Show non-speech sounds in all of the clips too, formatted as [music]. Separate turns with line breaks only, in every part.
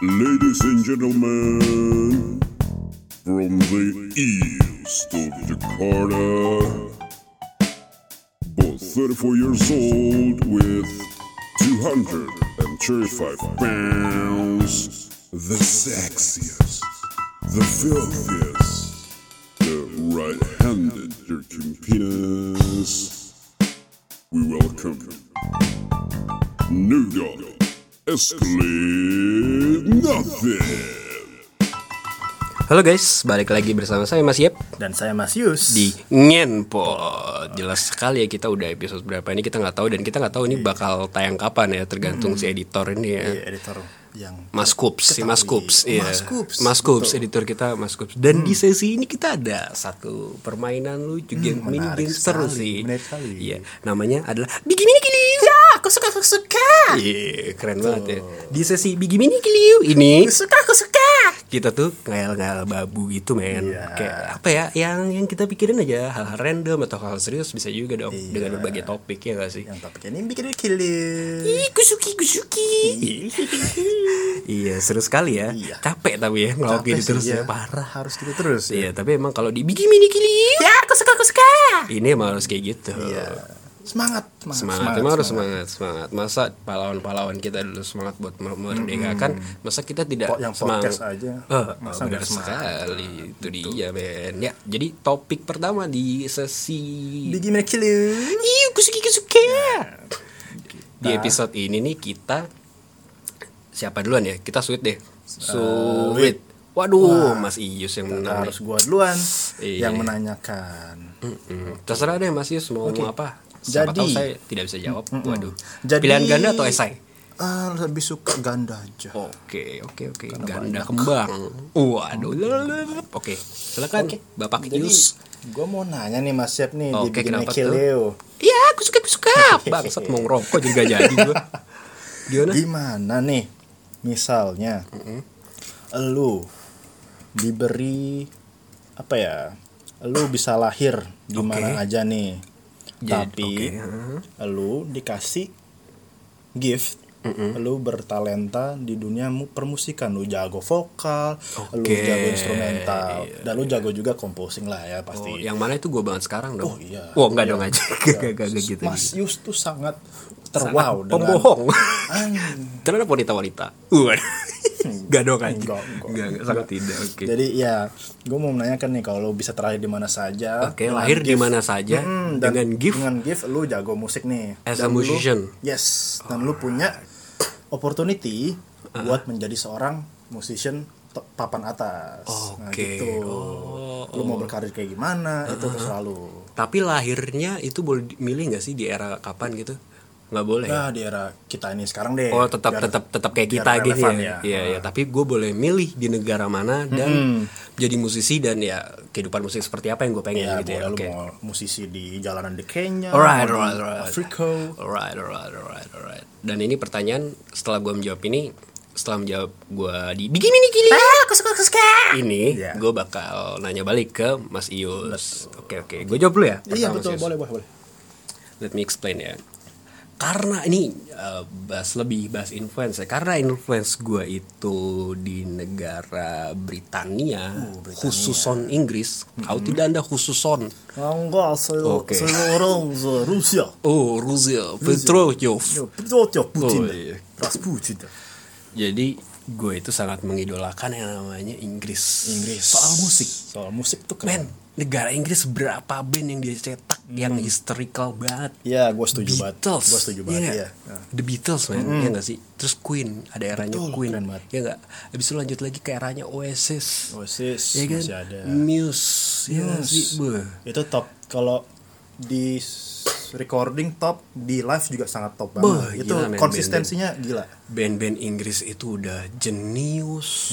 Ladies and gentlemen, from the east of Jakarta, both 34 years old with 235 pounds, the sexiest, the filthiest, the right handed jerking penis. We welcome New Dog Escalade Nothing.
Halo guys, balik lagi bersama saya Mas Yep
Dan saya Mas Yus
di Ngenpot. Jelas sekali ya kita udah episode berapa ini kita nggak tahu dan kita nggak tahu ini bakal tayang kapan ya tergantung si editor ini ya.
Iya, editor yang
Mas Kups, si Mas
Ketahui.
Kups, Hmm. iya.
Mas Kups,
Mas Kups, editor kita Mas Kups. Dan di sesi ini kita ada satu permainan lucu game mini
menarik
game seru
sekali,
sih.
menarik sekali.
Iya, namanya adalah Bigi Mini Kiliu. Ya, aku suka aku suka. Iya, keren banget ya. Di sesi Bigi Mini Kiliu ini suka [laughs] aku suka. Kita tuh ngayal-ngayal babu gitu men.
Iya.
Kayak apa ya yang yang kita pikirin aja hal-hal random atau hal serius bisa juga dong dengan berbagai topik ya gak sih?
yang topiknya ini bikin killer.
Ih, Kusuki Kusuki. [laughs] iya, seru sekali ya.
Iya.
Capek tapi ya
Capek
ngelokin
sih,
terus
iya.
ya parah.
Harus gitu terus. ya.
Iya, tapi emang kalau dibigi mini kili. Ya, aku suka aku suka. Ini emang harus kayak gitu.
Iya. Semangat, semangat,
Semangat, emang harus semangat, semangat. Masa pahlawan-pahlawan kita dulu semangat buat memerdekakan, masa kita tidak
Hmm. Kok yang
semangat
podcast aja,
Eh,
masa
benar
nggak semangat?
sekali. Itu dia, men. Ya, jadi topik pertama di sesi
Bigi Mini Killer.
Iya, Nah. kusuki kusuki. Di episode ini nih kita siapa duluan ya? Kita sweet deh. Sweet. Waduh, Mas Iyus yang menang.
Harus gua duluan
Iya.
yang menanyakan.
Mm. Terserah deh Mas Iyus mau ngomong apa. Siapa tahu
Jadi-
saya tidak bisa jawab. Waduh.
Jadi-
Pilihan ganda atau esai?
Ah, lebih suka ganda aja.
Oh. Oke, oke, oke. Ganda kembang. Waduh. Oke, silakan Bapak Iyus.
Gue mau nanya nih Mas Yep nih
Oke,
di Bigi Mini
kenapa tuh?
Killer.
Iya, aku suka, [laughs] aku suka. Bangsat mau ngerokok juga jadi gua. Gimana?
Gimana nih? Misalnya, lu diberi apa ya? Lu bisa lahir di mana
Oke.
aja nih.
Jadi-
Tapi
oke,
lu dikasih gift. Lu bertalenta di dunia mu- permusikan, lu jago vokal, lu
Oke. Iya,
jago instrumental, dan lu jago juga composing lah ya pasti.
Oh, yang mana itu gue banget sekarang dong.
Oh, iya.
Wah, enggak dong aja. [laughs] Gak, gak, gak gitu.
Mas Yus tuh sangat terwow dengan
Pembohong.
Anjing. Hmm.
Terhadap wanita-wanita. Uh, gak dong aja.
Enggak,
Enggak,
enggak.
enggak, sangat tidak. Oke.
Jadi ya, gue mau menanyakan nih kalau lu bisa terakhir di mana saja.
Oke,
dengan
lahir di
gift-
mana saja
Mm, dan
dengan gift.
Dengan gift lu jago musik nih.
As a
Dan lu-
musician.
yes, dan lu punya opportunity
Ah.
buat menjadi seorang musician to- papan atas. Nah,
Oke. Oh, Ah,
gitu. Lu mau berkarir kayak gimana? Itu terserah lu.
Tapi lahirnya itu boleh di- milih nggak sih di era kapan gitu? Nggak boleh. ya?
Nah, di era kita ini sekarang deh.
Oh, tetap
biar-
tetap tetap kayak
biar
kita gitu
relevan
ya.
ya.
Iya, iya. Tapi gue boleh milih di negara mana dan jadi musisi dan ya kehidupan musik seperti apa yang gue pengen
Ya,
gitu ya.
boleh lu
Oke.
mau musisi di jalanan di Kenya,
Alright,
mau di
alright, alright.
Afrika.
Alright, alright, alright, alright. Dan ini pertanyaan setelah gue menjawab ini, setelah menjawab gue di bikin ini gini. Ini
Ah! Iya.
gue bakal nanya balik ke Mas Ius. Oke, oke. Gue jawab dulu ya. pertama,
Iya,
Mas
betul,
Ius.
boleh, boleh, boleh.
Let me explain ya. Karena ini uh, bahas lebih bahas influence ya. Karena influence gue itu di negara Britania,
Oh,
khususon Inggris. Kau tidak anda khususon.
Enggak, saya,
Oke.
saya orang se- Rusia.
Oh, Rusia, Petrov.
Ya, Putin, Putin.
Oh, iya.
Rasputin.
Jadi gue itu sangat mengidolakan yang namanya Inggris.
Soal musik. Soal musik tuh keren. Hmm.
Men, negara Inggris berapa band yang dia cetak yang historical banget.
Iya, gue setuju banget.
Beatles.
Gue setuju
iya
banget,
nggak?
iya. Nah.
The Beatles man, ya nggak sih? Terus Queen, ada eranya
Betul,
Queen.
keren banget.
Ya nggak? Habis itu lanjut lagi ke eranya Oasis.
Oasis
ya kan?
masih ada.
Muse, ya nggak
Muse.
sih? Beuh.
Itu top. Kalau di s- recording top, di live juga sangat top banget.
Beuh,
itu
gila, men,
konsistensinya gila.
Band-band Inggris itu udah jenius,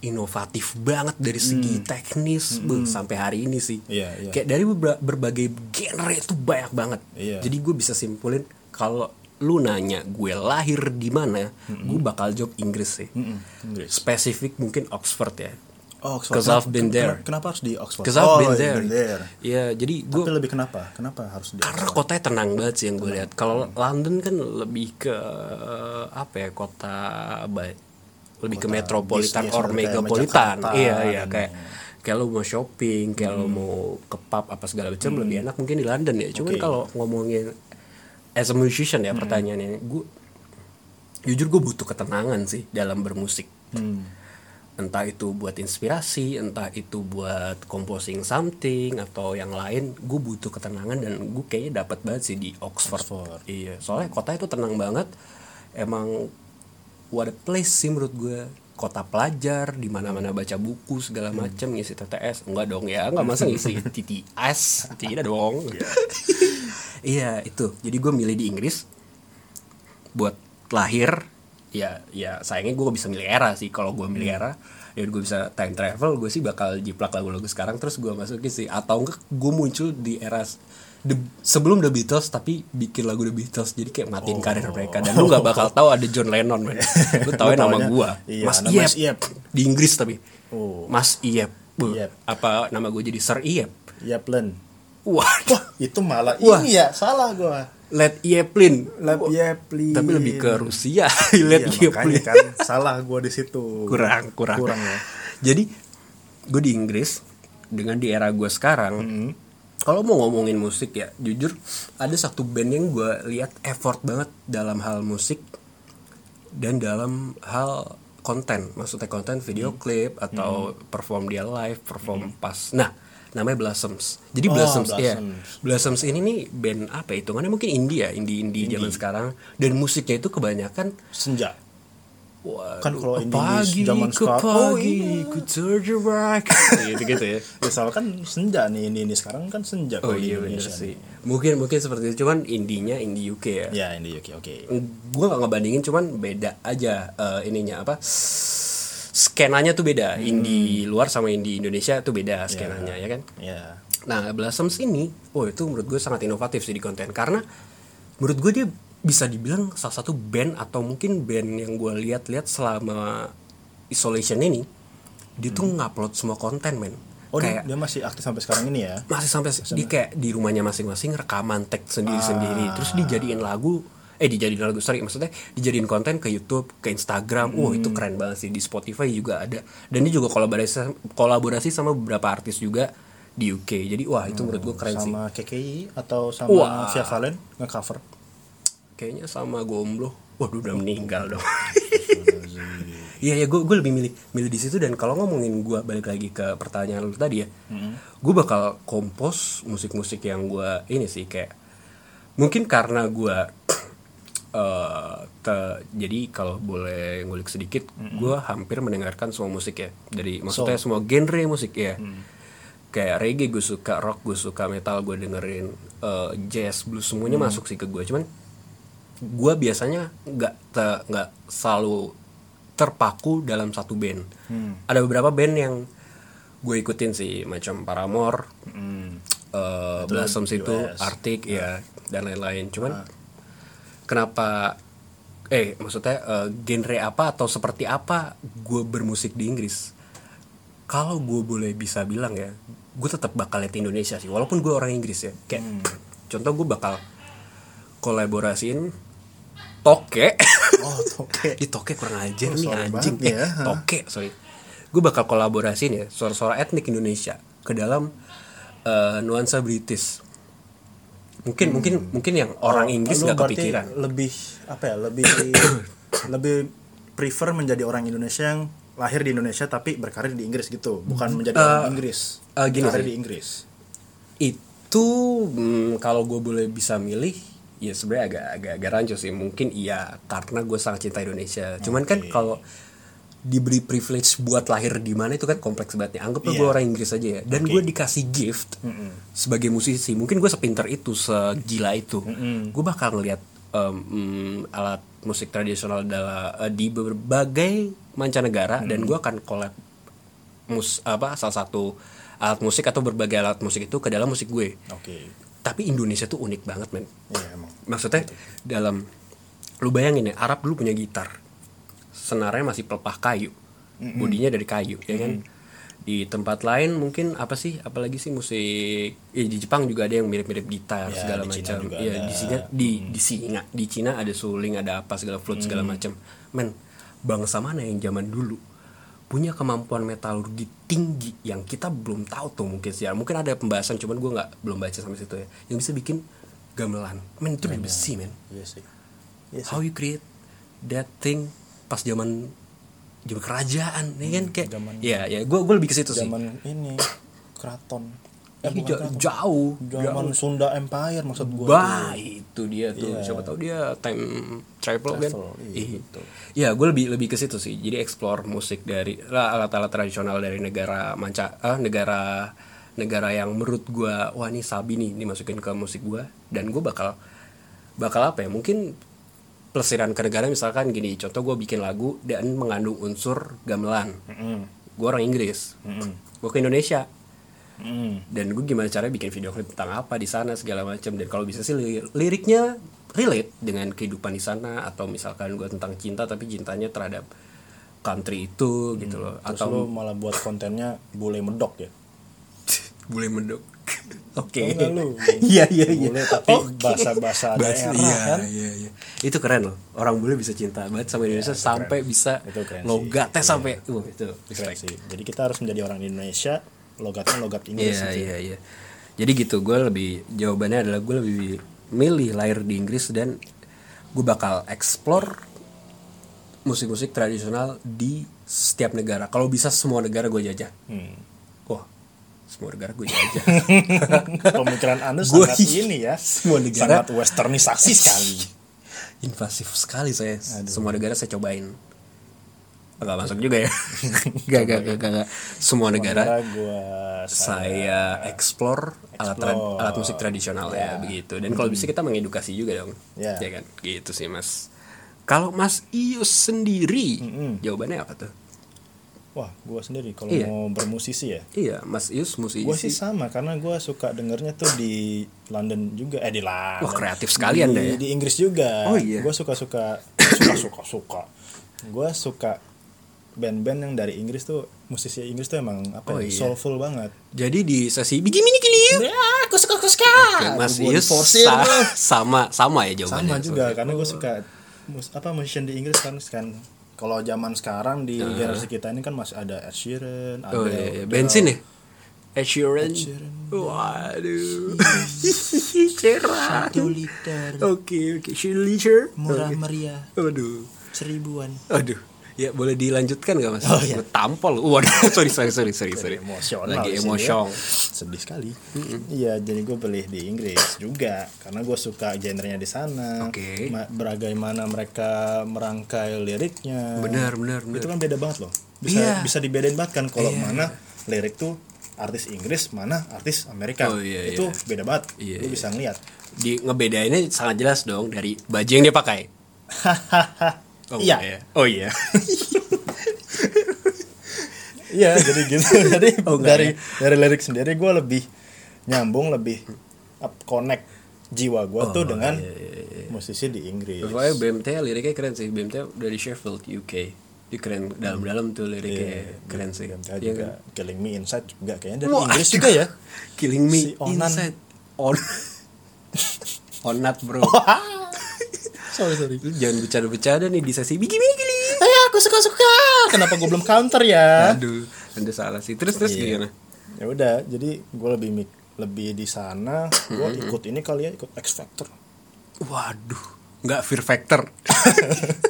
inovatif banget dari segi teknis beuh, sampai hari ini sih.
Mm. Iya, iya.
Kayak dari bebra- berbagai genre itu banyak banget.
Iya.
Jadi gue bisa simpulin kalau lu nanya gue lahir di mana, gue bakal jawab Inggris sih.
Inggris.
Spesifik mungkin Oxford ya.
Oh, Oxford.
'Cause I've been
Ken-
there.
ken- Kenapa harus di Oxford?
Because I've
oh,
been
you've
there.
there.
Iya, jadi gue
Tapi lebih kenapa? Kenapa harus di
karena
Oxford?
kotanya tenang banget sih yang gue lihat. Kalau London kan lebih ke apa ya kota ba- lebih ke
Kota
metropolitan
bisnis
or
seperti kayak
megapolitan
Jakarta
iya iya
dan-
kayak kayak lo mau shopping kayak
Hmm.
lo mau ke pub apa segala macam lebih enak mungkin di London ya cuman
Oke. Hmm.
kalau ngomongin as a musician ya pertanyaannya gue jujur gue butuh ketenangan sih dalam bermusik
Hmm.
entah itu buat inspirasi, entah itu buat composing something atau yang lain, gue butuh ketenangan dan gue kayaknya dapat banget sih di Oxford.
Oxford.
Iya, soalnya kota itu tenang banget. Emang what a place sih menurut gue. Kota pelajar, di mana-mana baca buku segala macam, ngisi TTS. Enggak dong ya, enggak masa ngisi TTS. Tidak dong. Iya, itu. Jadi gue milih di Inggris buat lahir ya ya sayangnya gue bisa milih era sih kalau gue
Hmm.
milih era ya gue bisa time travel gue sih bakal jiplak lagu-lagu sekarang terus gue masukin sih atau enggak gue muncul di era s- The- sebelum The Beatles tapi bikin lagu The Beatles jadi kayak
Oh.
matiin karir mereka dan lu
[laughs]
nggak bakal tahu ada John Lennon man lu tahu
Lu
nama
taunya-
gue
iya,
Mas
nama
Iep
Mas Iep.
di Inggris tapi
Oh.
Mas Iep Beuh,
Iep.
apa nama gue jadi Sir Iep
Ya plan.
wah
Itu malah
Wah.
ini ya salah gua.
Led Zeppelin
Lab
Wah,
Yeplin.
Oh, tapi lebih ke [laughs] Rusia Led
Iya,
Zeppelin
makanya kan salah gua di situ.
kurang kurang
Kurang ya.
jadi gue di Inggris dengan di era gue sekarang
Mm-hmm.
kalau mau ngomongin musik ya jujur ada satu band yang gue lihat effort banget dalam hal musik dan dalam hal konten maksudnya konten video
Mm-hmm.
klip atau perform dia live perform pas nah namanya Blossoms jadi
Oh,
Blossoms ya
Blossoms.
Blossoms ini nih band apa ya, hitungannya mungkin India indie indie zaman sekarang dan musiknya itu kebanyakan
Senja.
Wah,
Kan kalau
ke
Indonesia zaman
ke
sekarang-
pagi,
Oh, iya.
ku [laughs] terjebak. gitu gitu ya.
Ya salah kan senja nih ini ini sekarang kan senja
Oh
kalau di
iya bener
Indonesia.
sih. Mungkin mungkin seperti itu cuman indinya indie UK ya.
nih. Ya ini oke oke.
Gue gak ngebandingin cuman beda aja eh, ininya apa skenanya tuh beda. Indie luar sama indie Indonesia tuh beda skenanya ya kan.
Ya.
Nah, Blossoms ini, oh itu menurut gue sangat inovatif sih di konten karena menurut gue dia bisa dibilang salah satu band atau mungkin band yang gue lihat-lihat selama isolation ini dia tuh ngupload semua konten men
Hmm. Oh
kayak
dia, dia masih aktif sampai sekarang ini ya.
masih sampai di kayak di rumahnya masing-masing rekaman tag sendiri-sendiri terus dijadiin lagu eh dijadiin lagu sorry maksudnya dijadiin konten ke YouTube ke Instagram wah itu keren banget sih di Spotify juga ada dan dia juga kolaborasi kolaborasi sama beberapa artis juga di UK jadi wah itu menurut gue keren sih
Sama KKI atau sama
Wah.
Via Valen ngecover.
kayaknya sama gomblo waduh udah meninggal dong iya ya gue gue lebih milih milih di situ dan kalau ngomongin gue balik lagi ke pertanyaan lu tadi ya gue bakal kompos musik-musik yang gue ini sih kayak mungkin karena gue [clears throat] eh te- jadi kalau boleh ngulik sedikit gue hampir mendengarkan semua musik ya dari maksudnya semua genre musik ya kayak reggae gue suka rock gue suka metal gue dengerin eh, jazz blues semuanya masuk sih ke gue cuman gue biasanya nggak te- nggak selalu terpaku dalam satu band ada beberapa band yang gue ikutin sih macam Paramore eh, Blossoms itu
US.
Arctic ya dan lain-lain cuman kenapa eh maksudnya eh, genre apa atau seperti apa gue bermusik di Inggris kalau gue boleh bisa bilang ya gue tetap bakal lihat Indonesia sih walaupun gue orang Inggris ya kayak contoh gue bakal kolaborasiin toke [laughs]
Oh oke.
di toke kurang aja
Oh,
nih
sorry
anjing
banget ya.
Eh, toke sorry gue bakal kolaborasiin ya suara-suara etnik Indonesia ke dalam eh, nuansa British mungkin mungkin mungkin yang orang Inggris
Lu
nggak
Hmm. Oh, berarti
kepikiran
Lebih apa ya?
[coughs]
Lebih lebih prefer menjadi orang Indonesia yang lahir di Indonesia tapi berkarir di Inggris gitu, bukan menjadi orang Inggris.
eh, gini
berkarir
sih.
di Inggris.
itu hmm, kalau gue boleh bisa milih ya sebenarnya agak agak agak rancu sih mungkin iya karena gue sangat cinta Indonesia cuman kan kalau diberi privilege buat lahir di mana itu kan kompleks banget nih anggaplah gue
Iya.
orang Inggris aja ya dan gue dikasih gift sebagai musisi mungkin gue sepinter itu segila itu gue bakal ngelihat em, mm, alat musik tradisional adalah eh, di berbagai mancanegara dan gue akan collab mus apa salah satu alat musik atau berbagai alat musik itu ke dalam musik gue
Oke.
tapi Indonesia tuh unik banget men
Iya emang.
maksudnya dalam lu bayangin ya Arab dulu punya gitar senarnya masih pelepah kayu bodinya dari kayu ya kan di tempat lain mungkin apa sih apalagi sih musik eh, di Jepang juga ada yang mirip-mirip gitar
Ya,
segala
di Cina
macam
juga
ya
ada.
di Cina di di Cina di Cina ada suling ada apa segala flute segala macam men bangsa mana yang zaman dulu punya kemampuan metalurgi tinggi yang kita belum tahu tuh mungkin sih mungkin ada pembahasan cuman gue nggak belum baca sampai situ ya yang bisa bikin gamelan men itu dari besi men
Iya sih. Iya sih.
how you create that thing pas zaman zaman kerajaan ya kan kayak
Hmm, zaman-
ya ya gue gue lebih ke situ sih
Zaman ini keraton. Eh,
Ini
bukan
ja-
keraton.
jauh
Zaman
jauh.
Sunda Empire maksud gua. tuh.
Bah, itu dia tuh.
Iya.
Siapa tahu dia time travel, kan?
Travel, iya,
Ih.
betul.
Iya, gue lebih lebih ke situ sih. Jadi explore musik dari lah, alat-alat tradisional dari negara manca ah, negara negara yang menurut gue wah ini sabi nih dimasukin ke musik gue dan gue bakal bakal apa ya? Mungkin pelesiran ke negara misalkan gini contoh gue bikin lagu dan mengandung unsur gamelan
Mm-mm.
gue orang Inggris
Mm-mm.
gue ke Indonesia
Mm-mm.
dan gue gimana caranya bikin video klip tentang apa di sana segala macam dan kalau bisa sih li- liriknya relate dengan kehidupan di sana atau misalkan gue tentang cinta tapi cintanya terhadap country itu gitu loh
Mm. Terus
atau
lu malah buat kontennya bule medok ya.
boleh mendok [laughs] oke
Tau nggak Oh, lu?
iya iya iya
Bule tapi
Oke.
bahasa-bahasa
Bahasa-
daerah,
iya,
kan? Iya,
iya iya itu keren loh orang boleh bisa cinta banget sama Indonesia sampai bisa
Itu keren sih.
logatnya sampai Wah, itu
Keren
respect
sih. Jadi kita harus menjadi orang Indonesia, logatnya logat Inggris
Iya
gitu.
iya iya. Jadi gitu gue lebih jawabannya adalah gue lebih milih lahir di Inggris dan gue bakal explore musik-musik tradisional di setiap negara. Kalau bisa semua negara gue jajah.
Hmm.
Wah semua negara gue jajah.
[laughs] [laughs] Pemikiran Anda
Gua- iya.
sangat ini ya.
Semua negara-
Sangat westernisasi sekali.
Invasif sekali saya. Semua negara saya cobain. Enggak masuk
Iya. [laughs]
juga ya. Gak gak gak gak. Semua negara
Negara gua
saya explore, alat tra-
Explore. Iya.
alat musik tradisional ya begitu dan kalau bisa
Hmm.
kita mengedukasi juga dong
Ya.
ya kan gitu sih mas kalau mas Ius sendiri
Mm-mm.
jawabannya apa tuh
Wah, gua sendiri kalau
Iya.
mau bermusisi ya.
iya mas Ius musisi
Gua sih sama karena gua suka dengernya tuh di London juga. Eh di London.
Wah, kreatif sekali Anda
Di-
ya.
Di Inggris juga.
Oh, iya.
Gua suka-suka suka-suka suka. Gua suka band-band yang dari Inggris tuh musisi Inggris tuh emang apa
Oh,
ya,
iya.
soulful banget.
jadi di sesi begini nih gini
Ya, aku suka aku suka.
mas iya, Ius sa- sama sama ya
sama
jawabannya
juga
Sorry.
karena gue suka mus apa musician di Inggris kan kan kalau zaman sekarang di generasi kita ini kan masih ada Ed Sheeran, ada
oh iya, iya. bensin ya Ed Sheeran.
Sheeran. [laughs]
Waduh. Sheeran.
satu liter
Oke, oke. Sheeran.
murah
Oke.
meriah
Aduh.
seribuan.
Aduh. Ya boleh dilanjutkan gak mas?
Oh, iya.
Gue tampol. Waduh, [laughs] sorry sorry sorry sorry sorry.
Emosional
Lagi
di sini
emosional.
ya. Sedih sekali. Iya, jadi gue pilih di Inggris juga karena gue suka genrenya di sana.
Oke.
Ma- Bagaimana mereka merangkai liriknya.
Benar, benar, benar.
Itu kan beda banget loh. Bisa
Iya.
bisa dibedain banget kan kalau
Iya.
mana lirik tuh artis Inggris, mana artis Amerika.
Oh, iya,
itu
iya.
beda banget.
Iya,
Lu
iya.
bisa ngeliat.
Di ngebedainnya sangat jelas dong dari baju yang dia pakai.
[laughs] iya.
enggak ya? Oh iya.
Iya jadi
[laughs]
gitu jadi
Oh, enggak
dari dari lirik sendiri gue lebih nyambung lebih up connect jiwa gue
Oh, iya,
tuh dengan musisi di Inggris. Iya,
Pokoknya BMT liriknya keren sih. BMT dari Sheffield UK. Dia keren dalam-dalam tuh liriknya keren sih.
BMT
Iya
iya, juga
kan?
Killing Me Inside juga kayaknya dari
Wah,
Inggris juga ya.
Killing me
Si Onan.
inside. On. [laughs] Onat bro.
sorry sorry.
Lu jangan bercanda-bercanda nih di sesi bigi bigi. bigi.
Eh aku suka suka. Kenapa gue belum counter ya?
Aduh, anda salah sih. Terus terus
Iya.
gimana?
Ya udah jadi gue lebih mik- lebih di sana. Gue ikut ini kali ya ikut X
[laughs]
Factor.
Waduh, nggak fear factor.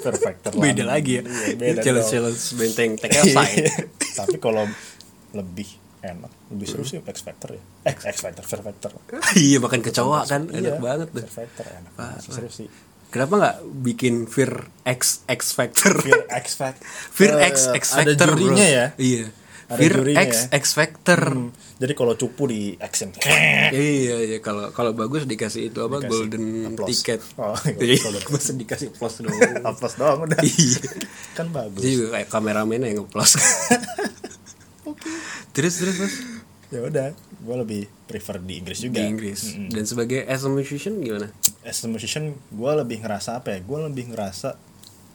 Perfect.
[laughs] beda Iya. lagi ya.
Iya,
Ini
Beda
challenge
dong.
challenge benteng TKSI.
Iya. [laughs] tapi kalau lebih enak lebih seru sih X Factor ya eh X Factor Fear Factor
[laughs] iya makan kecoa kan enak
Iya,
banget tuh.
Fear Factor enak banget sih, seru sih
Kenapa nggak bikin fear X X factor?
Fear X Factor
[laughs]
Eh,
Fear X X
ada
factor. bro.
jurinya ya
Iya.
Ada
Fear
jurinya
X
ya.
X factor.
Hmm, jadi kalau cupu di action [laughs]
Iya iya kalau kalau bagus dikasih itu apa
Dikasih
golden
applause.
ticket.
Oh,
[laughs] Jadi
golden
masa dikasih plus dong.
Aplos doang udah
[laughs] Iya.
kan
Jadi
bagus
juga kayak kameramennya yang ngeplos. Terus terus terus.
ya udah gue lebih prefer di Inggris
di
juga
Inggris dan sebagai as a musician gimana
as a musician gue lebih ngerasa apa ya gue lebih ngerasa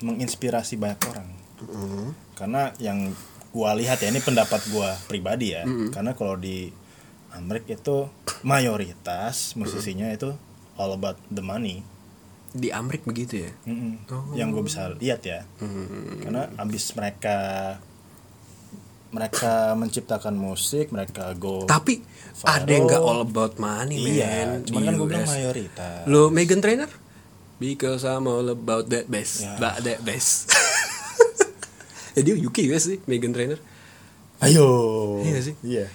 menginspirasi banyak orang karena yang gue lihat ya ini pendapat gue pribadi ya karena kalau di Amerika itu mayoritas musisinya itu all about the money
di Amrik begitu ya
Mm-mm. yang gue bisa lihat ya karena abis mereka mereka menciptakan musik mereka go
tapi ada yang nggak all about money
Oh. iya
man
cuman
di
kan gue bilang
US.
mayoritas
lo Megan Trainer because I'm all about that bass
Ya.
Ba- that bass [laughs] ya dia UK US sih Megan Trainer
ayo
Iya sih?
iya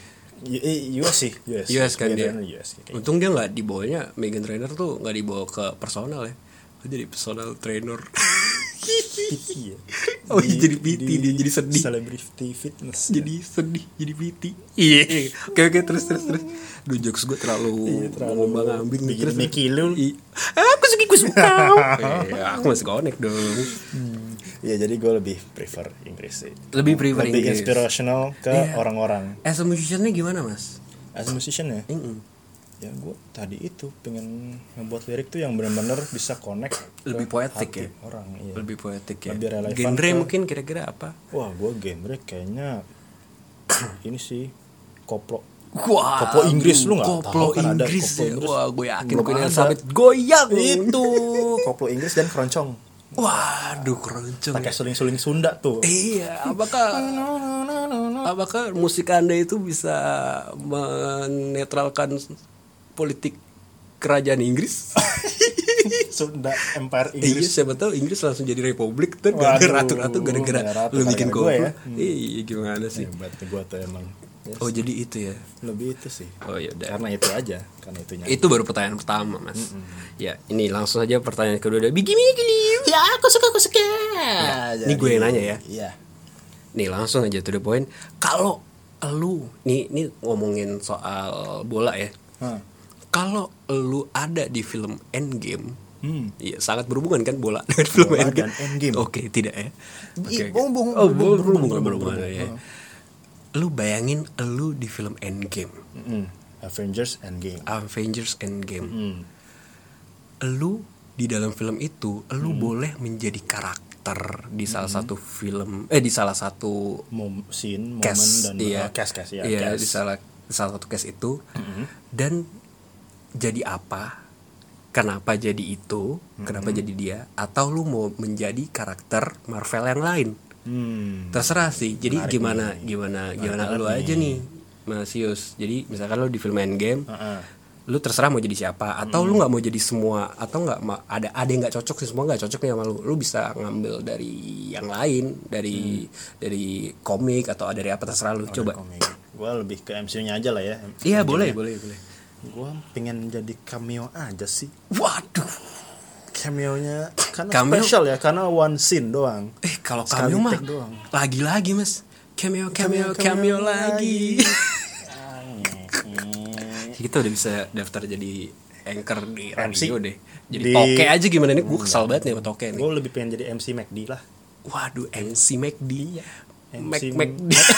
Y- eh, US sih US
US kan dia.
Kebetulan US ya, kayak
Untung dia nggak dibawanya Megan Trainer tuh nggak dibawa ke personal ya. Dia jadi personal trainer. [laughs]
PT ya.
Oh, jadi PT, dia jadi sedih.
Celebrity fitness.
jadi sedih, jadi piti. Iya. Oke oke terus terus terus. Duh jokes gue terlalu
Iya, terlalu
ngomong ambing nih
bikin mikilul.
I- Ah, Aku suka gue suka. Iya, aku masih konek dong.
ya jadi gue lebih prefer Inggris sih.
Lebih prefer
lebih
Inggris.
inspirational ke
Iya.
orang-orang.
As a musician-nya gimana mas?
As a musician ya.
Mm-mm.
Ya gue tadi itu pengen ngebuat lirik tuh yang benar-benar bisa connect ke
Lebih poetik
hati
ya?
Orang iya.
Lebih poetik ya.
Lebih relevan
Genre
ke-
mungkin kira-kira apa?
Wah, gue genre kayaknya [clears throat] ini sih koplo.
Wah,
Koplo Inggris lu nggak tahu
Koplo
kan ada
Inggris
koplo
ya.
Inggris.
Wah, gue yakin
Belum
Queen
ada.
Elizabeth goyang
Itu [laughs]
Oh.
koplo Inggris dan keroncong.
Waduh, keroncong.
Pakai suling-suling Sunda tuh.
Iya, apakah apakah musik Anda itu bisa menetralkan politik kerajaan Inggris?
Sunda Empire
Iya,
[laughs] Inggris.
siapa tahu Inggris langsung jadi republik tuh gara
Waduh,
ratu-ratu
ada
gara-gara
ratu
lu bikin
gara-gara gue
koplo.
ya.
Iya, gimana sih?
Hebat gue tuh emang. Ya,
Oh, jadi itu ya.
lebih itu sih.
Oh, yaudah.
Karena itu aja, karena itunya.
Itu baru pertanyaan pertama, Mas. Ya, ini langsung saja pertanyaan kedua. dari Bigi Bigi. Ya, aku suka, aku suka.
jadi-
ini gue yang nanya ya.
Iya.
Nih, langsung aja to the point. Kalau lu nih ini ngomongin soal bola ya.
Hah.
Kalau lu ada di film Endgame,
Hmm.
Iya, sangat berhubungan kan bola [laughs] dengan film
Bola
Endgame.
dan Endgame.
Oke, tidak ya. Oke,
Ih,
oke.
bohong, bohong,
Oh, bohong,
bohong, bohong,
berhubungan,
bohong,
berhubungan,
bohong.
ya. Lu bayangin lu di film Endgame,
Mm-mm. Avengers Endgame.
Avengers Endgame.
Hmm.
lu di dalam film itu lu
Hmm.
boleh menjadi karakter di salah satu film eh di salah satu
Mom, scene, momen
cast
dan
iya.
oh, cast, cast, ya,
Iya, di
cast.
salah di salah satu cast itu
Mm-hmm.
dan jadi apa kenapa jadi itu
Mm-hmm.
kenapa jadi dia atau lu mau menjadi karakter Marvel yang lain
Hmm.
terserah sih jadi
Menarik
gimana
nih.
gimana
Menarik
gimana
banget
lu
nih.
aja nih Mas Yus jadi misalkan lu di film Endgame
Heeh. Hmm.
lu terserah mau jadi siapa atau lu nggak mau jadi semua atau nggak ma- ada ada yang nggak cocok sih semua nggak cocok nih sama lu lu bisa ngambil dari yang lain dari
Hmm.
dari komik atau dari apa terserah lu
Oh,
coba
Gue lebih ke MCU-nya aja lah ya.
iya boleh boleh boleh
Gue pengen jadi cameo aja sih.
waduh
Cameo-nya karena
Cameo?
special ya, karena one scene doang.
eh kalau
Sekali
cameo mah
take doang.
lagi lagi mas cameo cameo cameo, lagi,
[laughs]
kita udah bisa daftar jadi anchor di
MC.
radio deh jadi
Di-
toke aja gimana nih gue kesal banget nih sama toke nih
Gue lebih pengen jadi MC McD lah.
waduh MC McD
Iya.
Mac
MC
Mac [laughs]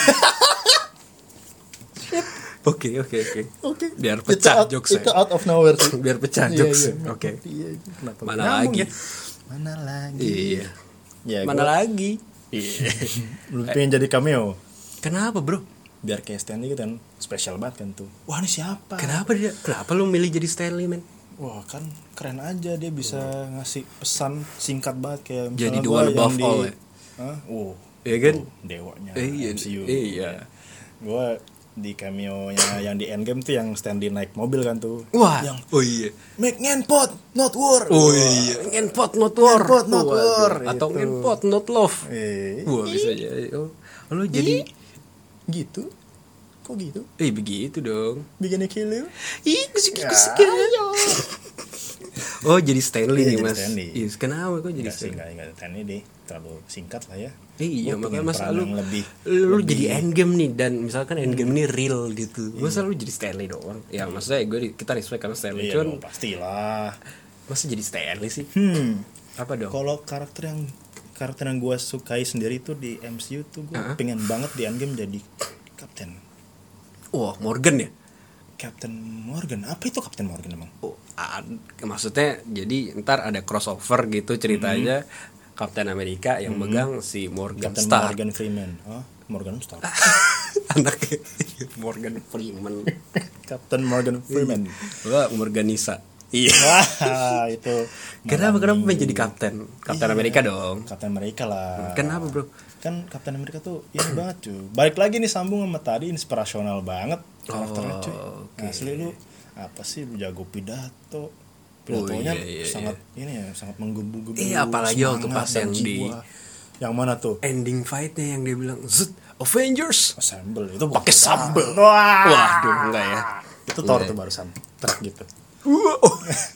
Oke oke oke.
Oke.
Biar pecah
itu out,
jokes
Itu out of nowhere sih.
[laughs] Biar pecah
Iya,
jokes.
iya.
Oke.
Iya, kenapa
Mana
nyambung
lagi?
ya? Mana lagi?
Iya.
Ya,
Mana
gua-
lagi?
[laughs] Iya. Lu pengen jadi cameo.
Kenapa bro?
Biar kayak Stanley gitu kan spesial banget kan tuh. Wah, ini siapa?
Kenapa dia? Kenapa lu milih jadi Stanley man?
Wah, kan keren aja dia bisa ngasih pesan singkat banget kayak
Jadi
misalnya
the
gua
one
yang
above
di-
all ya?
Hah? Oh.
Iya kan?
tuh, dewanya
Iya,
MCU.
iya.
Gue di cameo-nya yang di Endgame tuh yang Stanley naik mobil kan tuh.
Wah.
Yang
oh iya.
make ngenpot not war.
Oh iya. Ngenpot not war.
Ngenpot, not
Waduh.
war. gitu.
Atau
Itu.
ngenpot not love.
Eh,
Wah bisa jadi. Oh, lu jadi?
gitu. Kok gitu?
Eh begitu dong.
Bikinnya kill
Ih, kusuki kusuki.
[laughs]
Oh jadi Stanley
Iya,
nih
jadi
mas.
Stanley.
Iya, kenapa kok jadi
Enggak sih,
Stanley?
enggak, enggak. Tanya deh, terlalu singkat lah ya.
Iya,
Gua
makanya
pengen
masa
peran
lu
yang lebih,
lu
lebih- Iya.
jadi endgame nih dan misalkan endgame ini real gitu. Masa lu jadi Stanley doang? Ya, maksudnya gue di- kita respect karena Stanley
Iya
cuman
dong, pastilah.
masa jadi Stanley sih?
Hmm.
Apa dong?
Kalau karakter yang karakter yang gue sukai sendiri tuh di MCU tuh gue
Heeh.
pengen banget di Endgame jadi Captain
Wah, Morgan ya?
Captain Morgan apa itu Captain Morgan emang?
Oh, a- maksudnya jadi ntar ada crossover gitu ceritanya Kapten Amerika yang megang si Morgan [laughs]
Captain
Stark. Ah,
Mm-hmm. Morgan Freeman, oh, Morgan Stark,
Anaknya Morgan Freeman.
Captain Morgan Freeman.
Wah, Morganisa.
[laughs]
Iya.
Wah, itu
Kenapa kenapa pengen jadi kapten? Kapten
Iya.
Amerika dong.
Kapten Amerika lah.
Kenapa bro?
Kan Kapten Amerika tuh ini banget cuy. Balik lagi nih sambung sama tadi inspirasional banget karakternya cuy.
Oh, oke.
Asli lu apa sih lu jago pidato. Pidatonya
Oh, iya, iya,
sangat ini ya sangat menggebu-gebu.
Iya, apalagi waktu
semangat
pas
dan
yang di- Eh.
jiwa. yang mana tuh?
Ending fightnya yang dia bilang Zut, Avengers
Assemble itu
pakai sambel.
Wah.
Waduh enggak ya.
Itu Thor
Enggak.
tuh barusan. Truk gitu.
Wow.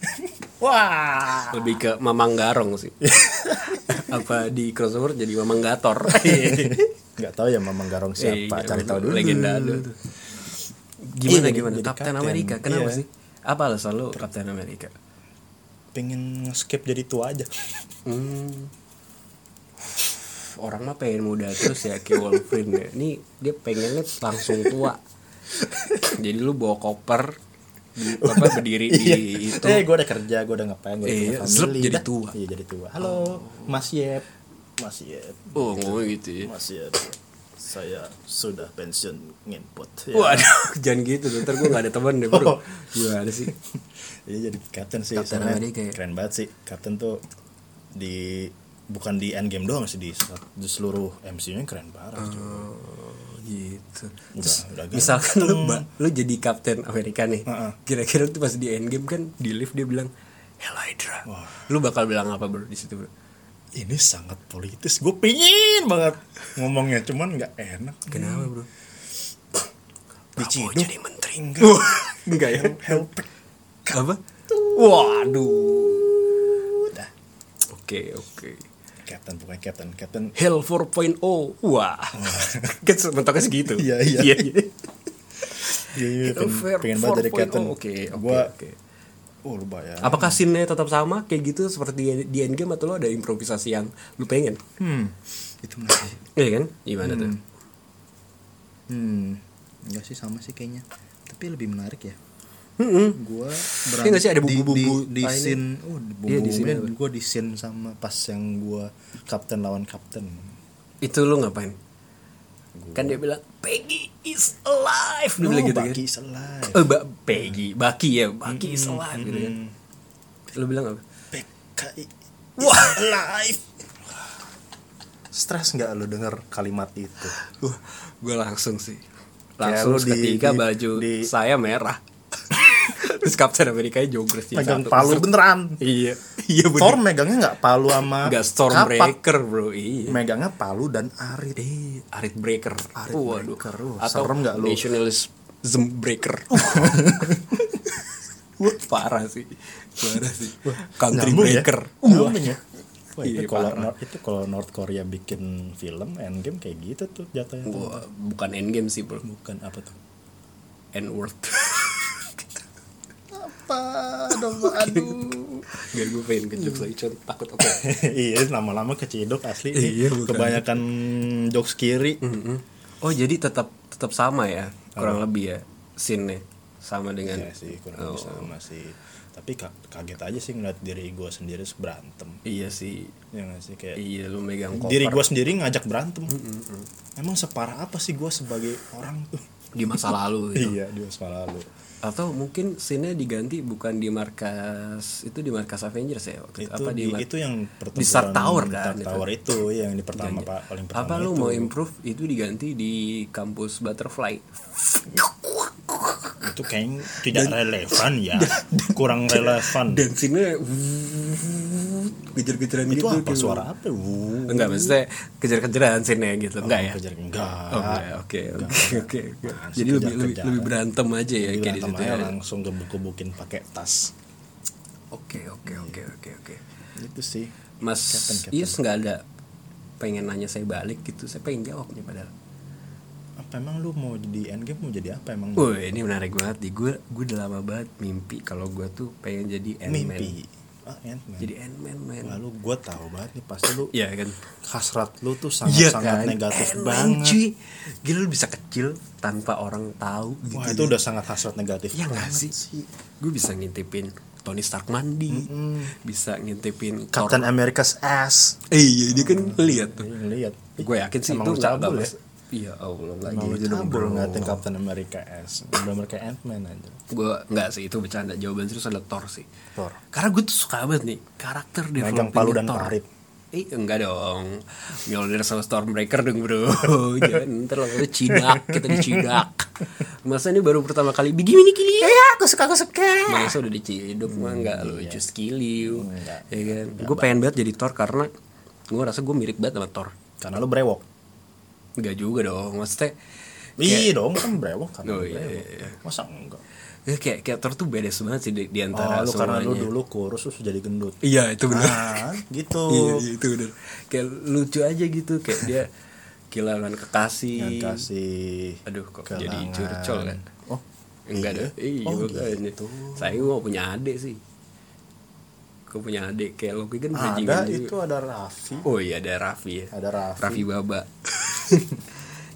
[laughs]
Wah.
Lebih ke Mamang Garong [laughs] sih. Apa di crossover jadi Mamang [laughs] Gator.
Enggak tahu ya Mamang Garong siapa,
Iya,
cari tahu dulu.
Legenda dulu tuh. Gimana
Iya,
gimana?
jadi
Kapten
kapten.
Amerika kenapa
Iya.
sih? Apa alasan lu Kapten Amerika?
Pengen skip jadi tua aja.
Hmm. Orang mah pengen muda terus ya kayak Wolverine ya. Ini dia pengennya langsung tua. Jadi lu bawa koper di, [laughs] apa berdiri di itu.
Eh, gue udah kerja, gue udah ngapain, gue udah
Gitu. Iya,
punya
zlep
family.
jadi
dah.
tua.
Iya, jadi tua. Halo, Mas Yep. Mas Yep.
Oh, ngomong gitu ya.
Mas Yep. Saya sudah pensiun ngempot. Ya.
Waduh, [laughs] jangan gitu. Ntar gue gak ada teman deh, bro. Gimana sih?
Iya, jadi kapten sih.
Kapten
sebenarnya.
Amerika ya.
Keren banget sih. Kapten tuh di bukan di endgame doang sih di, di seluruh MCU-nya keren banget. cuy.
Eh, gitu.
Udah,
Terus,
udah ganteng.
misalkan lu, ba- lu jadi kapten Amerika nih.
Heeh.
Kira-kira tuh pas di endgame kan di lift dia bilang, "Hello Hydra."
Wah.
Lu bakal bilang apa, bro, di situ, bro?
Ini sangat politis. Gue pingin banget ngomongnya, cuman nggak enak.
Kenapa, bro?
Diciduk.
Prabowo jadi menteri.
Enggak.
Enggak ya?
Hel- Helpek.
Apa? Waduh.
Dah.
Oke, oke.
Captain bukan Captain, Captain
Hell 4.0. [laughs] Wah. kan mentoknya segitu.
Iya, iya.
iya.
Iya, iya,
Hell
pengen,
Fair
pengen banget jadi
4.0.
Captain.
Oke, oke,
Gua,
oke.
oh lu bayar.
Apakah scene-nya tetap sama kayak gitu seperti di Endgame atau lo ada improvisasi yang lu pengen?
Hmm, itu mana sih?
Iya kan? Gimana tuh?
Hmm, enggak sih sama sih kayaknya. Tapi lebih menarik ya.
Mm-mm.
Gua
Iya nggak sih ada
di-
bumbu-bumbu
di, di,
lainnya?
scene, oh di
Iya, di scene
bumbu-bumbunya
apa?
gua di scene sama pas yang gua Kapten lawan Kapten.
Itu lu ngapain? Kan dia bilang Peggy is alive. Dia bilang gitu kan.
Oh, Baki selai.
Eh, ba- Peggy, Baki ya, Baki is alive gitu kan. Lu bilang apa?
PKI
Wah.
alive. Stres nggak lu denger kalimat itu?
Wah, gue langsung sih.
Kayak
Langsung
lu di-
ketika
di-
baju
di-
saya merah. Terus Captain Amerika jogres jadi
Pegang
Iya. satu.
palu beneran.
Iya, iya
Thor
bener.
megangnya nggak palu sama
Gak
kapak.
Stormbreaker bro, iya.
Megangnya palu dan arit.
Eh, Arit Breaker. Uh,
Arit Breaker, wah,
Atau
serem nggak lu?
Nationalism [laughs] Breaker. Wah, parah sih. Parah sih. Country
Nyambung ya?
Breaker. Iya. Wah.
Nyambung ya? Wah, itu
Iya,
kalau
parah.
Nor- itu kalau North Korea bikin film Endgame kayak gitu tuh jatuhnya. tuh.
Wah, bukan endgame sih bro.
Bukan apa tuh? [laughs]
End word.
Apa?
[laughs]
Aduh, aduh.
Biar gue pengen ke jokes lagi, cuman takut oke.
iya, lama-lama keciduk asli. nih.
Iya, bukan.
Kebanyakan jokes kiri.
Oh jadi tetap tetap sama ya kurang lebih ya scene sama dengan
Iya sih, kurang
Oh.
lebih sama sih. Tapi ka- kaget aja sih ngeliat diri gue sendiri berantem.
iya sih
Ya nggak sih kayak
iya lu megang koper
diri gue sendiri ngajak berantem. Emang separah apa sih gue sebagai orang tuh?
di masa [laughs] lalu gitu.
iya, di masa lalu.
atau mungkin scene-nya diganti bukan di markas itu di markas Avengers ya waktu
Itu
apa di,
di-
mar-
itu yang pertempuran
Stark Tower kan,
Stark
itu.
Tower itu, iya, yang di pertama Pak, paling pertama
apa lu
itu.
mau improve itu diganti di kampus
[laughs]
Butterfly
Itu kayaknya tidak relevan
[laughs]
ya. Kurang relevan.
dan scene-nya kejar-kejaran
itu
gitu
apa
gitu.
suara apa? Wuh.
enggak maksudnya kejar-kejaran scene-nya gitu enggak ya
Kejar- enggak.
Oh, Oke, oke, oke. oke.
Apaan sih
Jadi lebih lebih,
Nah, kejar-kejaran?
lebih berantem aja ya
Jadi
kayak di
berantem
situ.
aja
ya.
langsung gebuk-gebukin pakai tas.
Oke, oke, oke, oke, oke.
Itu sih.
Mas
Captain, Captain.
Ius nggak ada pengen nanya saya balik gitu. Saya pengen jawab nih padahal.
Apa emang lu mau jadi endgame mau jadi apa emang?
Wah, ini menarik banget nih. Gue gue udah lama banget mimpi kalau gue tuh pengen jadi Ant-Man.
Mimpi. Ah, Ant-Man.
Jadi Ant-Man, man.
Lalu gue tahu banget nih pasti lu
Iya kan?
hasrat lu tuh
Iya
sangat-sangat
kan?
negatif
Ant-Man,
banget.
cuy. Gila lu bisa kecil tanpa orang tahu gitu.
Wah itu udah sangat hasrat negatif.
Ya nggak
banget
sih? Gue bisa ngintipin Tony Stark mandi, bisa ngintipin Thor
Captain America's ass.
Eh, iya dia kan lihat tuh.
Lihat.
Gue yakin sih
Mm. Emang
itu
lu
nggak
cabul
nggak
ya?
mas- Iya Allah nggak
Malu
gitu
jadi
dong
bro
bro.
ngatain Captain America S Udah mereka Ant-Man aja
Gue nggak sih itu bercanda jawaban serius adalah Thor sih.
Thor.
Karena gue tuh suka banget nih karakter developing
Megang palu dan
Thor.
parit
Eh enggak dong Mjolnir sama Stormbreaker dong bro [laughs] Jangan ntar langsung cidak Kita dicidak Masa ini baru pertama kali Begini kili
Iya,
Ya aku suka aku suka Masa udah diciduk mah enggak
Hmm,
lucu sekali
Enggak.
Ya kan Gue pengen banget jadi Thor karena Gue rasa gue mirip banget sama Thor
Karena lu brewok
Enggak juga dong Maksudnya
Iya dong kan brewok kan
Oh, iya,
brewok.
iya, iya.
Masa enggak
eh, Kayak, kayak Thor tuh bedes banget sih Di, di
Oh
antara
lu karena lu
semuanya.
dulu kurus terus jadi gendut
[laughs] Iya itu benar
Nah gitu
Iya, iya, itu benar Kayak lucu aja gitu Kayak
[laughs]
dia Kehilangan kekasih
Yang kasih
Aduh kok jadi
kelangan.
curcol kan
Oh
Enggak ada Iya
Oh,
makanya.
gitu.
Saya mau punya adik sih Kau punya adik Kayak Loki kan
ada
bajingan juga.
itu ada Raffi
Oh iya ada Raffi ya
Ada Raffi.
Raffi
[laughs]
Baba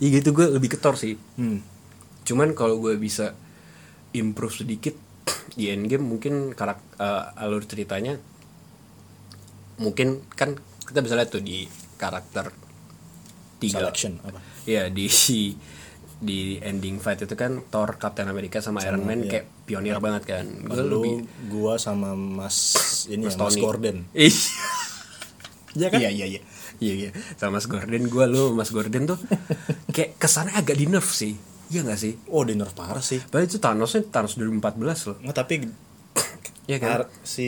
Iya gitu gue lebih ketor sih
Hmm.
Cuman kalau gue bisa Improve sedikit [clears throat] Di endgame mungkin karak, eh, Alur ceritanya Mungkin kan Kita bisa lihat tuh di karakter Tiga
Selection apa?
Ya di [laughs] di ending fight itu kan Thor, Captain America sama, Iron Man
iya.
kayak pionir banget kan. Gue
Lu,
lebih
gua sama Mas ini
Mas
ya, Mas
Tony. [laughs]
Gordon.
Ih,
Iya
Iya iya iya. Iya iya. Sama Mas Gordon gue lu Mas Gordon [laughs] tuh kayak kesannya agak di nerf sih. Iya gak sih?
Oh, dinner parah sih.
Padahal itu Thanosnya Thanos 2014 loh.
Nggak, tapi
Iya kan?
ar- si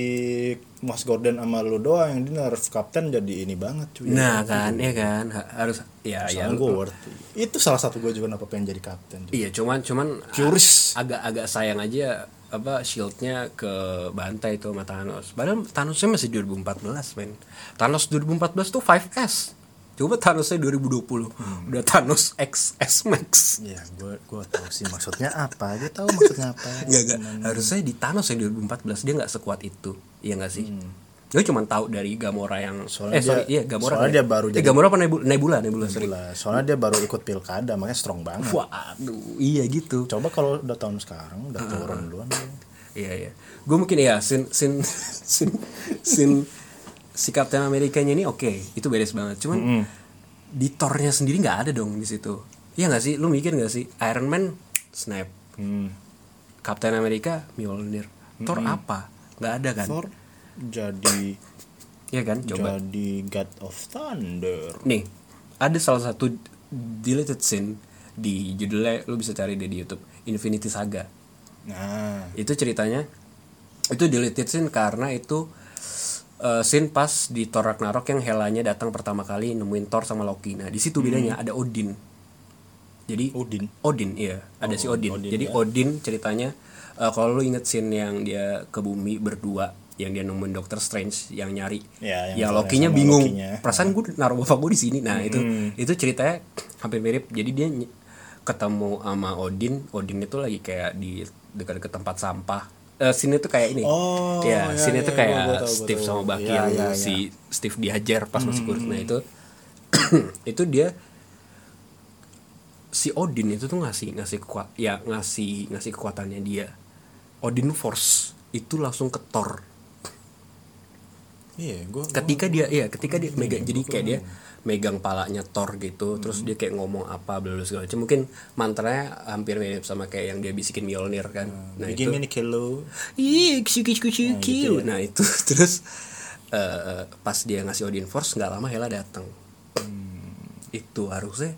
Mas Gordon sama lu doang yang dinner kapten jadi ini banget cuy.
Nah kan, ya kan Ha- harus ya ya.
Soalnya gua worth it. Itu salah satu gua juga kenapa pengen jadi kapten.
Iya cuman cuman
Curious.
agak-agak sayang aja apa shieldnya ke bantai itu sama Thanos. Padahal Thanosnya masih 2014 men. Thanos 2014 tuh 5S. Coba Thanosnya 2020
Hmm.
udah Thanos XS Max.
Iya, gua gua tahu sih maksudnya apa. Gua tahu maksudnya
[laughs]
apa.
Nggak, nggak.
Hmm.
harusnya di Thanos yang 2014 dia nggak sekuat itu, iya nggak sih?
Hmm.
Gue cuma tahu dari Gamora yang
Soalnya
eh sorry,
dia-
iya Gamora.
soalnya
kan ya?
dia baru
Eh,
jadi-
Gamora apa Nebula? Nebula, Nebula, sorry.
Gila, Soalnya dia baru ikut pilkada makanya strong banget.
Waduh, iya gitu.
Coba kalau udah tahun sekarang udah turun duluan.
Iya iya. Gue mungkin ya sin sin [laughs] sin sin si Captain Amerikanya ini oke, itu beres banget. Cuman di tornya sendiri nggak ada dong di situ. Iya nggak sih? Lu mikir nggak sih? Iron Man snap,
Hmm.
Captain America Mjolnir, Thor apa? Nggak ada kan?
Thor jadi
Iya kan? Coba.
jadi God of Thunder.
Nih, ada salah satu deleted scene di judulnya lu bisa cari deh di YouTube Infinity Saga.
Nah,
Iya. itu ceritanya itu deleted scene karena itu eh, scene pas di Thor Ragnarok yang Helanya datang pertama kali nemuin Thor sama Loki. Nah, di situ bedanya ada Odin. Jadi
Odin.
Odin, iya, ada si Odin.
Odin,
Jadi
ya.
Odin ceritanya eh, kalau lu inget scene yang dia ke bumi berdua yang dia nemuin Doctor Strange yang nyari.
Ya, yang
yang
sama-
Lokinya
sama
bingung.
Lokinya.
Perasaan gue naruh bapak gue di sini. Nah, itu itu ceritanya hampir mirip. Jadi dia ny- ketemu sama Odin. Odin itu lagi kayak di dekat-dekat tempat sampah. Eh, sini tuh kayak ini.
Oh,
ya,
ya,
sini
ya,
tuh
ya,
kayak
gua tahu, gua
Steve
tahu.
sama Bucky
Ya,
yang
ya, ya.
si Steve dihajar pas masih kurus. Nah, itu [clears throat] itu dia si Odin itu tuh ngasih ngasih kuat ya ngasih ngasih kekuatannya dia Odin Force itu langsung ke Thor
iya, gua
ketika dia ya ketika dia mega jadi kayak dia megang palanya Thor gitu terus dia kayak ngomong apa bla bla segala macam mungkin mantranya hampir mirip sama kayak yang dia bisikin Mjolnir kan nah
Hmm, bikin
itu
ini gitu ya. kilo.
iya kisu kisu kisu kiu. nah itu [laughs] terus eh, pas dia ngasih Odin Force nggak lama Hela datang
Hmm.
itu harusnya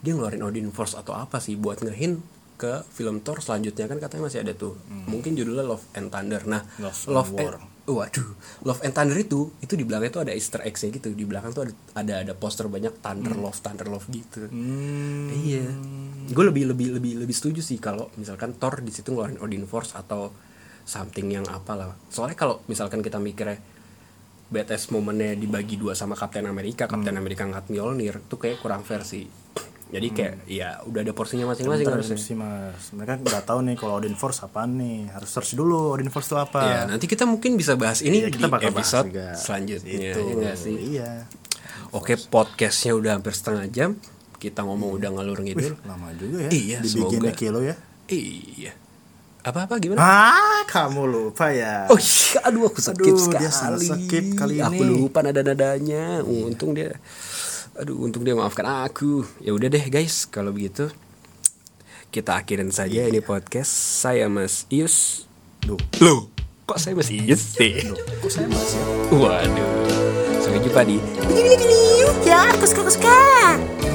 dia ngeluarin Odin Force atau apa sih buat ngehin ke film Thor selanjutnya kan katanya masih ada tuh mungkin judulnya Love and Thunder nah
Hmm. Love and War.
and waduh Love and Thunder itu itu di belakang itu ada Easter eggs nya gitu di belakang tuh ada ada, ada poster banyak Thunder
Hmm.
Love Thunder Love gitu iya gue lebih lebih lebih lebih setuju sih kalau misalkan Thor di situ ngeluarin Odin Force atau something yang apalah soalnya kalau misalkan kita mikirnya BTS momennya dibagi dua sama Kapten Amerika
Hmm.
Kapten Amerika ngat Mjolnir tuh kayak kurang versi jadi kayak
Hmm.
ya udah ada porsinya masing-masing
Bentar,
harusnya
sih, Mas. Mereka nggak tahu nih kalau Odin Force apaan nih. Harus search dulu Odin Force itu apa.
ya nanti kita mungkin bisa bahas ini
Iya,
kita di
bakal bahas
episode
juga.
selanjutnya ya
Itu.
nggak sih?
Iya.
oke podcastnya udah hampir setengah jam kita ngomong udah ngalur ngidul
Lama juga ya.
Iya,
Dibikinnya
semoga.
kilo ya.
iya apa apa gimana
Ah, kamu lupa ya.
Oh iya, aduh aku sakit
Aduh,
sekali.
dia salah skip kali
Aku
ini.
lupa nada nadanya. Untung dia aduh untung dia maafkan aku ya udah deh guys kalau begitu kita akhirin saja
Iya.
ini podcast saya Mas Ius
Duh.
lo kok saya Mas Ius sih
Kok saya masih ya?
waduh sampai jumpa di
Ya, aku suka, aku suka.